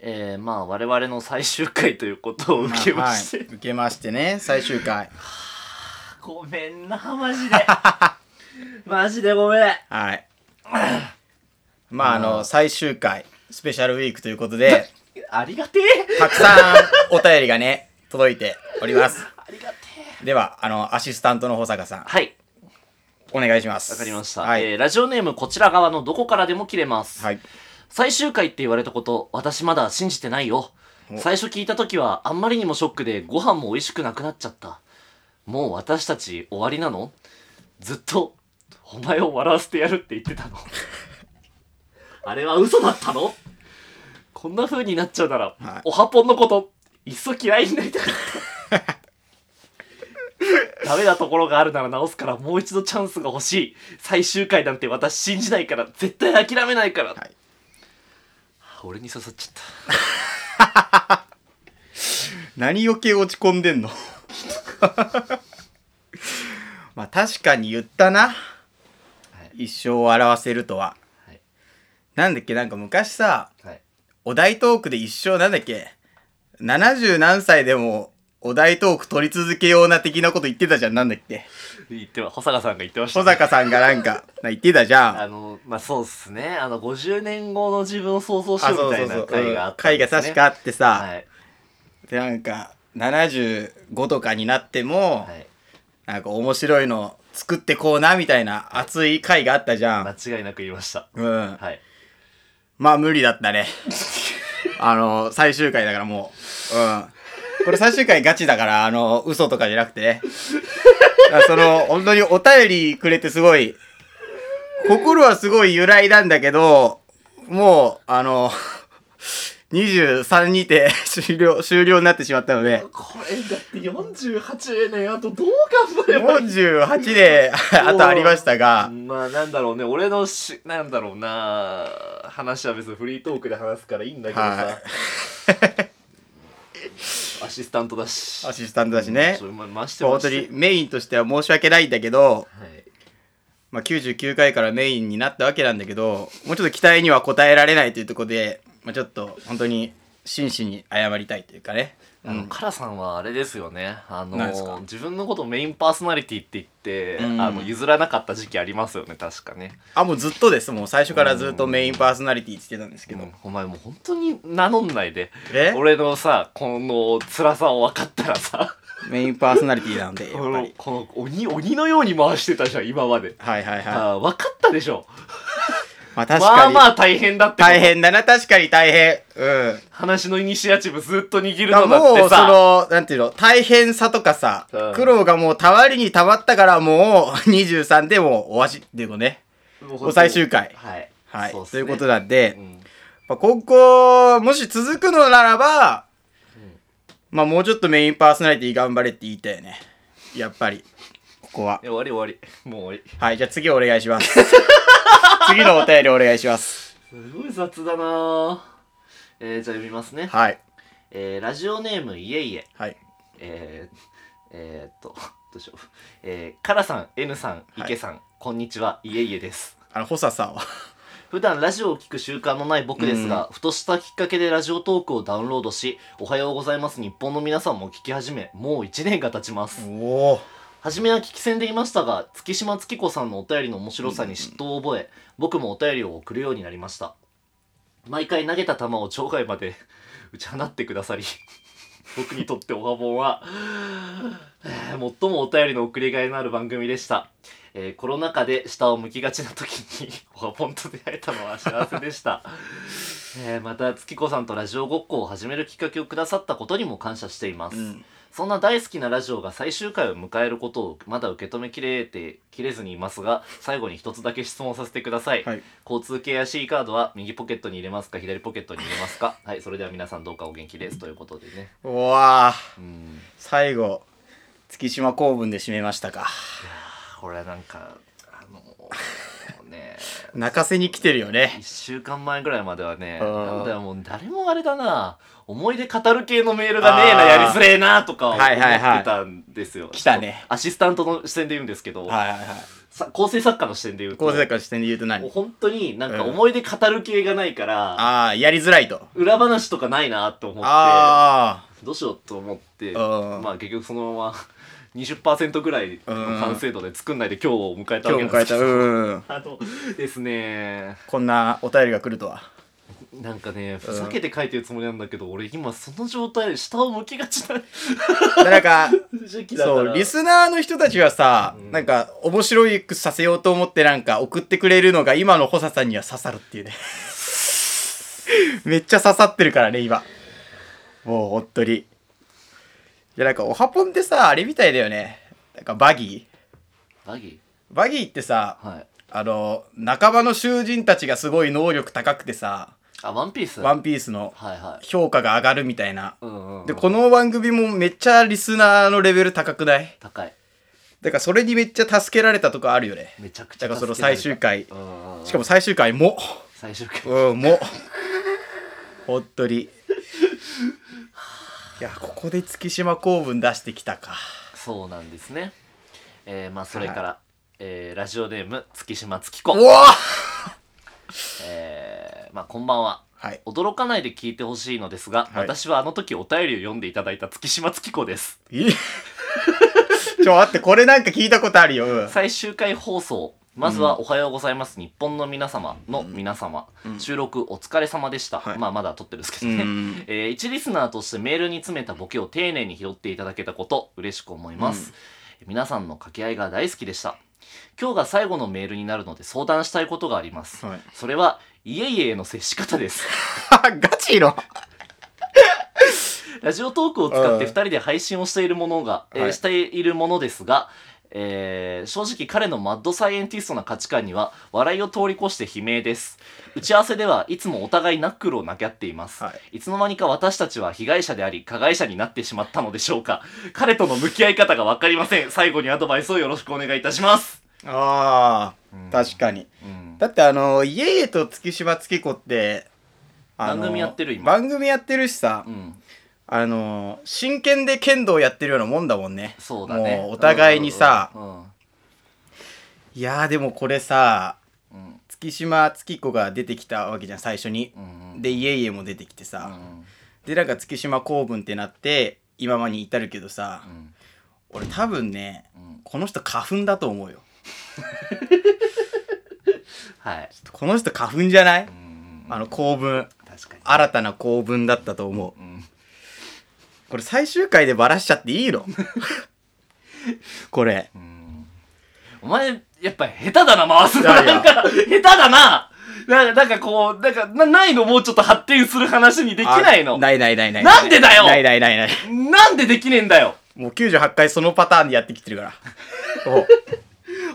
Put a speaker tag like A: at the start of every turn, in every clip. A: えー、まあ我々の最終回ということを受けまして、
B: はい、受けましてね最終回
A: ごめんなマジ でマジでごめん
B: はいまああの最終回スペシャルウィークということで
A: ありがてえ
B: たくさんお便りがね 届いております
A: ありがてえ
B: ではあのアシスタントの保坂さん
A: はい
B: お願いします
A: わかりました、
B: はい、
A: えーラジオネームこちら側のどこからでも切れます、
B: はい、
A: 最終回って言われたこと私まだ信じてないよ
B: お
A: 最初聞いた時はあんまりにもショックでご飯も美味しくなくなっちゃったもう私たち終わりなのずっとお前を笑わせてやるって言って たのあれは嘘だったのこんな風になっちゃうなら、
B: はい
A: おはぽんのこといっそ嫌いになり たかったダメなところがあるなら直すからもう一度チャンスが欲しい最終回なんて私信じないから絶対諦めないから、
B: はい
A: 俺に刺さっちゃった
B: 何余計落ち込んでんの まあ確かに言ったな、一生を表せるとは、
A: はい
B: なんだっけなんか昔さ
A: はい。
B: お題トークで一生なんだっけ70何歳でもお題トーク取り続けような的なこと言ってたじゃんなんだっけ
A: 言っては、保坂さんが言ってました、
B: 小坂さんがなんかな言ってたじゃ
A: あ
B: ん
A: の、まあ、そうっすね。あの、50年後の自分を想像し
B: あ
A: よう
B: そ
A: み
B: う
A: た
B: そう
A: いな
B: そう
A: 回があったん
B: 会
A: で
B: が
A: すね、
B: 確かあってさ、
A: はい。
B: でなんか75とかになっても、
A: はい。
B: なんか面白いの作ってこうなみたいな熱い回があったじゃん、
A: 間違いなく言いました。
B: うん。
A: はい。
B: まあ無理だったね。あの、最終回だからもう。うん。これ最終回ガチだから、あの、嘘とかじゃなくてね。だからその、本当にお便りくれてすごい、心はすごい揺らいだんだけど、もう、あの、23にて 終了、終了になってしまったので、
A: これだって48年あとどう頑張ればいい
B: 48で、あとありましたが、
A: まあなんだろうね俺のしなんだろうな話は別にフリートークで話すからいいんだけどさ、
B: は
A: アシスタントだし
B: アシスタントだしね
A: ちょ。ま回して
B: 本
A: 回
B: 当
A: して
B: にメインとしては申し訳ないんだけど、
A: はい
B: まあ、99回からメインになったわけなんだけどもうちょっと期待には応えられないというところで、まあ、ちょっと本当に真摯に謝りたいというかね、う
A: あの
B: ん、
A: カラさんはあれですよねあの
B: 何ですか
A: 自分のことをメインパーソナリティって言って、
B: うん
A: あの譲らなかった時期ありますよね確かね、
B: あもうずっとですもう最初からずっとメインパーソナリティって言ってたんですけど、
A: お前もう本当に名乗んないで
B: え
A: 俺のさこの辛さを分かったらさ
B: メインパーソナリティなんでやっ
A: こ
B: ぱ
A: の
B: り
A: この鬼鬼のように回してたじゃん今まで、
B: はいはいはい
A: あ分かったでしょ
B: まあ確
A: ま
B: か
A: あ
B: に、
A: まあ大変だってこと
B: 大変だな確かに大変うん
A: 話のイニシアチブずっと握る
B: だ
A: の
B: から
A: だっ
B: も
A: て
B: うそ
A: さ
B: のなんていうの大変さとかさ、
A: うん
B: 苦労がもうたわりにたまったからもう23でもうおわしっていうのね
A: もう
B: もう最終回
A: はい、
B: はい
A: そうっ
B: と
A: す
B: い
A: ね
B: うことなんで、
A: うん
B: まあ、今後、もし続くのならば、まあもうちょっとメインパーソナリティ頑張れって言いたいよね。やっぱり、ここは
A: え。終わり終わりもう終わり
B: はい、じゃあ次お願いし ます。次のお便りお願いします。
A: すごい雑だなえー、じゃあ読みますね。
B: はい。
A: えー、ラジオネームいえいえ。
B: はい。
A: えー、えー、っと、どうしよう。えー、カラさん、N さん、
B: はい
A: 池さん、こんにちは、いえいえです。
B: あの、補佐さんは。
A: 普段ラジオを聞く習慣のない僕ですが、ふとしたきっかけでラジオトークをダウンロードし、おはようございます日本の皆さんも聞き始め、もう1年が経ちます。
B: おお。
A: 初めは聞き戦でいましたが月島月子さんのお便りの面白さに嫉妬を覚え、僕もお便りを送るようになりました毎回投げた球を場外まで打ち放ってくださり僕にとってオハボンはえー最もお便りの送りがいのある番組でした、えーコロナ禍で下を向きがちな時にオハボンと出会えたのは幸せでした、えーまた月子さんとラジオごっこを始めるきっかけをくださったことにも感謝しています、
B: うん。
A: そんな大好きなラジオが最終回を迎えることをまだ受け止めきれてきれずにいますが最後に一つだけ質問させてください、
B: はい。
A: 交通系や C カードは右ポケットに入れますか左ポケットに入れますかはいそれでは皆さんどうかお元気ですということでね
B: うわあ。
A: うん
B: 最後、月島公文で締めましたか。
A: これはなんかあのーね
B: 泣かせに来てるよね。
A: 1週間前ぐらいまではね
B: あー
A: なんだよもう誰もあれだな思い出語る系のメールがねえなやりづれえなとか思ってたんですよ、
B: 来たね
A: アシスタントの視点で言うんですけど、
B: はいはいはい。
A: さ構成作家の視点で言うと
B: 構成作家の視点で言う
A: も
B: と
A: う
B: 何
A: 本当になんか
B: うん
A: 思い出語る系がないから、
B: ああ、やりづらいと。
A: 裏話とかないなと思っ
B: あ
A: てどうしようと思って
B: うん
A: まあ結局そのまま20%ぐらいの完成度で作んないで今日を迎え
B: あ、
A: たわ
B: 今
A: け
B: 日
A: なんですけど
B: 迎えた。うん。
A: あのですね
B: こんなお便りが来るとは。
A: なんかねふざけて書いてるつもりなんだけど、俺今その状態で下を向きがちな
B: なん か、
A: 時期だから
B: そう、リスナーの人たちはさ、
A: うん
B: なんか、面白いくさせようと思ってなんか送ってくれるのが今の補佐さんには刺さるっていうね。 めっちゃ刺さってるからね、今。もう、ほっとり。いや、なんか、おはぽんってさ、あれみたいだよね。なんか、バギ
A: バギ
B: ーバギーってさ、
A: ーはい
B: あの、半ばの囚人たちがすごい能力高くてさ、
A: あワンピース
B: ワンピースの
A: はいはい
B: 評価が上がるみたいな。
A: うんうんうん、
B: で、この番組もめっちゃリスナーのレベル高くない
A: 高い
B: だからそれにめっちゃ助けられたとかあるよね。
A: めちゃくちゃ
B: だからその
A: 助けられた
B: 最終回。
A: うんうんうん
B: しかも最終回も。
A: 最終回
B: うん、も。ほっとり。いや、ここで月島公文出してきたか。
A: そうなんですね。えー、まあそれから、
B: は
A: えーラジオネーム月島月
B: お
A: 子、
B: お
A: えー、まあこんばんは。
B: はい。
A: 驚かないで聞いてほしいのですが、
B: はい
A: 私はあの時お便りを読んでいただいた月島月子です。
B: いちょ、待って、これなんか聞いたことあるよ。うん
A: 最終回放送。まずは「おはようございます、日本の皆様」の皆様、収録お疲れ様でした、
B: はい
A: まあまだ撮ってるんですけど
B: う
A: ね、
B: ん。
A: えー一リスナーとしてメールに詰めたボケを丁寧に拾っていただけたこと嬉しく思います、皆さんの掛け合いが大好きでした今日が最後のメールになるので相談したいことがあります、
B: はい
A: それは家々への接し方です
B: ガチの。
A: ラジオトークを使って
B: う
A: 2
B: ん
A: 人で配信をしているものが、えー
B: はい
A: しているものですがえー正直彼のマッドサイエンティストな価値観には笑いを通り越して悲鳴です打ち合わせではいつもお互いナックルを投げ合っています、
B: はい。
A: いつの間にか私たちは被害者であり加害者になってしまったのでしょうか彼との向き合い方が分かりません最後にアドバイスをよろしくお願いいたします
B: ああ、確かに。
A: うん
B: だってあの、イエイエと月島月子って、あの
A: 番組やってる今
B: 番組やってるしさ
A: う、ん
B: あのー真剣で剣道やってるようなもんだもんね
A: そうだね
B: もうお互いにさ、
A: うん
B: いやーでもこれさ
A: うん
B: 月島月子が出てきたわけじゃん最初に
A: う、ん
B: でいえいえも出てきて
A: う
B: さ、
A: ん
B: でなんか月島公文ってなって今までに至るけどさ
A: う、ん
B: 俺多分ね
A: うん
B: この人花粉だと思うよ
A: はい
B: この人花粉じゃない、
A: うん
B: あの公文
A: 確かに
B: 新たな公文だったと思う
A: うん
B: これ最終回でバラしちゃっていいの これ
A: うんお前やっぱ下手だな回すの
B: いやいや
A: なんか下手だなななんかこうなんかなないのもうちょっと発展する話にできないの
B: あないないないない
A: なんでだよ
B: ないないないない
A: なんでできねえんだよ
B: もう98回そのパターンでやってきて るから。お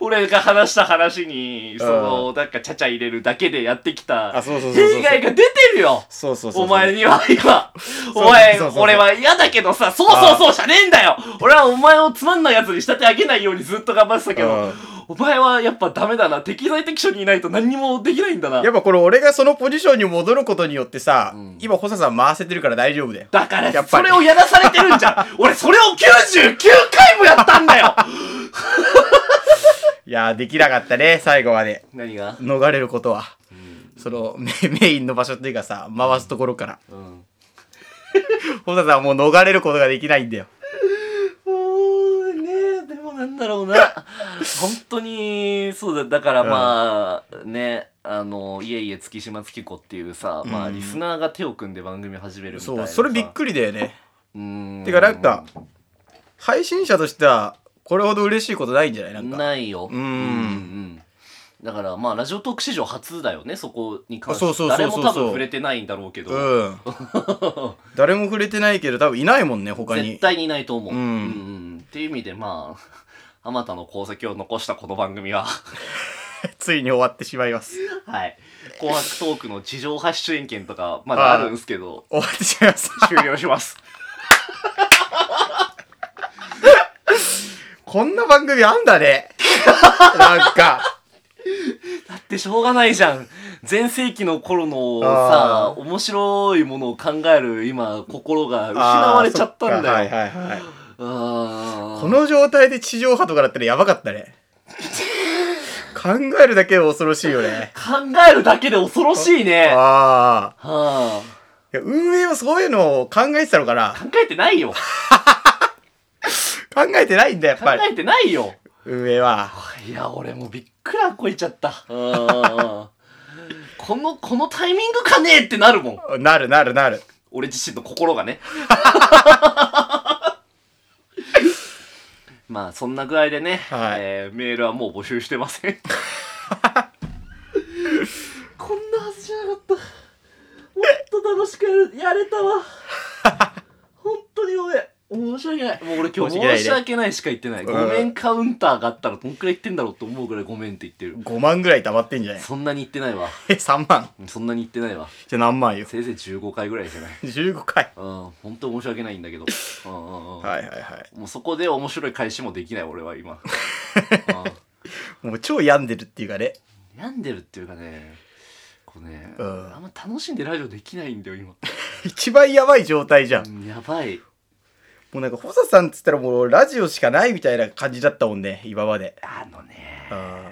A: 俺が話した話に、その、
B: う
A: なんかちゃちゃ入れるだけでやってきた、
B: あそうそうそうそう
A: 弊害が出てるよ
B: そうそうそうそう。
A: お前には今、お前、
B: そうそうそう
A: 俺は嫌だけどさ、そうそうそうじゃねえんだよ俺はお前をつまんない奴に仕立て上げないようにずっと頑張ってたけ
B: うん
A: ど、お前はやっぱダメだな。適材適所にいないと何にもできないんだな
B: や。っぱこれ俺がそのポジションに戻ることによってさ、
A: うん
B: 今細さん回せてるから大丈夫だよ。
A: だか
B: や
A: ら、
B: っぱ
A: そ
B: り
A: れをやらされてるんじゃ ん俺、それを99回もやったんだよ
B: いやー、できなかったね、最後まで。
A: 何が
B: 逃れることは。そのメメインの場所っていうかさ、回すところから。
A: うん。
B: 細さんはもう逃れることができないんだよ。
A: もうねでもなんだろうな 本当にそうだだからまあ、ねあの「いえいえ月島月子」っていうさ、まあ
B: うん
A: リスナーが手を組んで番組始めるみたい
B: そ
A: な
B: う、それびっ
A: り
B: くりだよね。
A: うん
B: てかなんか、配信者としては、これほど嬉しいことないんじゃないなんか。
A: ないよ
B: うん
A: ううんだからまあラジオトーク史上初だよねそこに関して
B: あそうそうそうそうそう
A: 誰も多分触れてないんだろうけど、
B: うん。 誰も触れてないけど、多分いないもんね、他に。
A: 絶対にいないと思う、
B: うん
A: うんっていう意味でまああ またの功績を残したこの番組は
B: ついに終わってしまいます。
A: はい。紅白トークの地上波出演権とか、まだあるんですけど、
B: 終わってしまいます。
A: 終了します。
B: こんな番組あんだね。なんか。
A: だってしょうがないじゃん。全盛期の頃のさ
B: あ、
A: 面白いものを考える今、心が 失われちゃったんだよ。
B: あーそっかはいはいは
A: あ
B: い。
A: ー
B: この状態で地上波とかだったらやばかったね。考えるだけで恐ろしいよね。
A: 考えるだけで恐ろしいね。は
B: ああ。
A: あ、
B: いや運営はそういうのを考えてたのかな
A: 考えてないよ。
B: 考えてないんだ、やっ
A: 考
B: ぱり。
A: えてないよ。
B: 運営は。
A: いや、俺もうびっくらこいちゃった。うん この、このタイミングかねえってなるもん。
B: なるなるなる。
A: 俺自身の心が ね。まあ、そんな具合でね、
B: はい
A: えーメールはもう募集してません。 こんなはずじゃなかった。もっと楽しくやるやれたわ。本当にごめん。申し訳ない。もう俺今
B: 申し訳ないね
A: 日申し訳ないしか言ってない。
B: う
A: ご
B: ん
A: めんカウンターがあったらどんくらい言ってんだろうと思うぐらいごめんって言ってる。
B: 5万ぐらい溜まってんじゃない
A: そんなに言ってないわ。
B: え、3万。
A: そんなに言ってないわ。
B: じゃあ何万よ。
A: せいぜい15回ぐらいじゃない。
B: 15回。
A: うん、本当申し訳ないんだ けど。うんうんうん。
B: はいはいは
A: もうそこで面白い返しもできない俺は 今。
B: い。もう超病んでるっていうかね。
A: うん、病んでるっていうかね、こうね、
B: うん
A: あんま楽しんでラジオできないんだよ今。
B: 一番やばい状態じゃん。
A: うんやばい。
B: もうなんか、ホサさんっつったらもうラジオしかないみたいな感じだったもんね、今まで。
A: あのね、
B: あ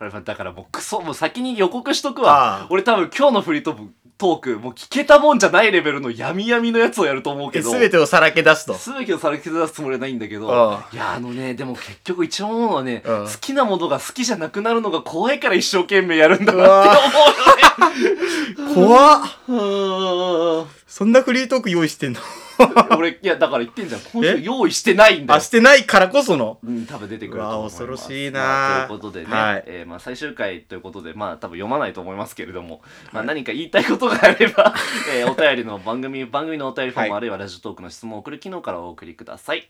A: 俺はだからもうクソ、もう先に予告しとくわ
B: あ。
A: 俺多分今日のフリートーク、トークもう聞けたもんじゃないレベルの闇闇のやつをやると思うけ
B: す
A: ど。
B: べてをさらけ出すと。
A: 全てをさらけ出すつもりはないんだけど
B: あ
A: いやあのねでも結局一番思うのはね
B: ああ
A: 好きなものが好きじゃなくなるのが怖いから一生懸命やるんだ
B: う
A: な
B: わ 怖っ
A: うーん
B: そんなフリートーク用意してんの
A: 俺いやだから言ってんじゃん今週
B: え
A: 用意してないんだ
B: あ、
A: よ
B: してないからこその。
A: うん、多分出てくると思います
B: うわ恐ろしいな
A: まあということでね、
B: はい
A: えーまあ、最終回ということで、まあ、多分読まないと思いますけれども、まあ、何か言いたいことがあれば、 えーお便りの番組、番組のお便りフォーム、
B: は
A: あ
B: い
A: るいはラジオトークの質問を送る機能からお送りください。